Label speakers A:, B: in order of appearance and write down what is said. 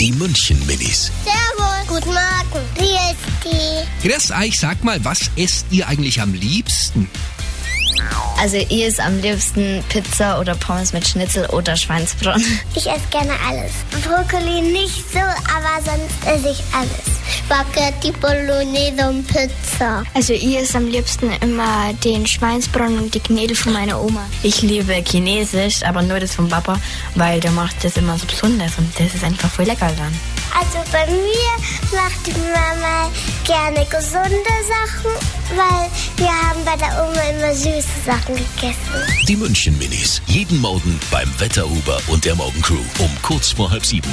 A: Die München Minis.
B: Servus. Guten Morgen. Wie ist die?
A: Chris Eich, sag mal, was esst ihr eigentlich am liebsten?
C: Also ihr ist am liebsten Pizza oder Pommes mit Schnitzel oder Schweinsbraten.
B: Ich esse gerne alles. Brokkoli nicht so, aber sonst esse ich alles. Spaghetti Bolognese und Pizza.
D: Also ich esse am liebsten immer den Schweinsbraten und die Knödel von meiner Oma.
E: Ich liebe Chinesisch, aber nur das von Papa, weil der macht das immer so besonders und das ist einfach voll lecker dann.
B: Also bei mir macht die Mama gerne gesunde Sachen, weil wir haben bei der Oma immer süße Sachen gegessen.
A: Die München Minis. Jeden Morgen beim Wetterhuber und der Morgencrew um kurz vor halb sieben.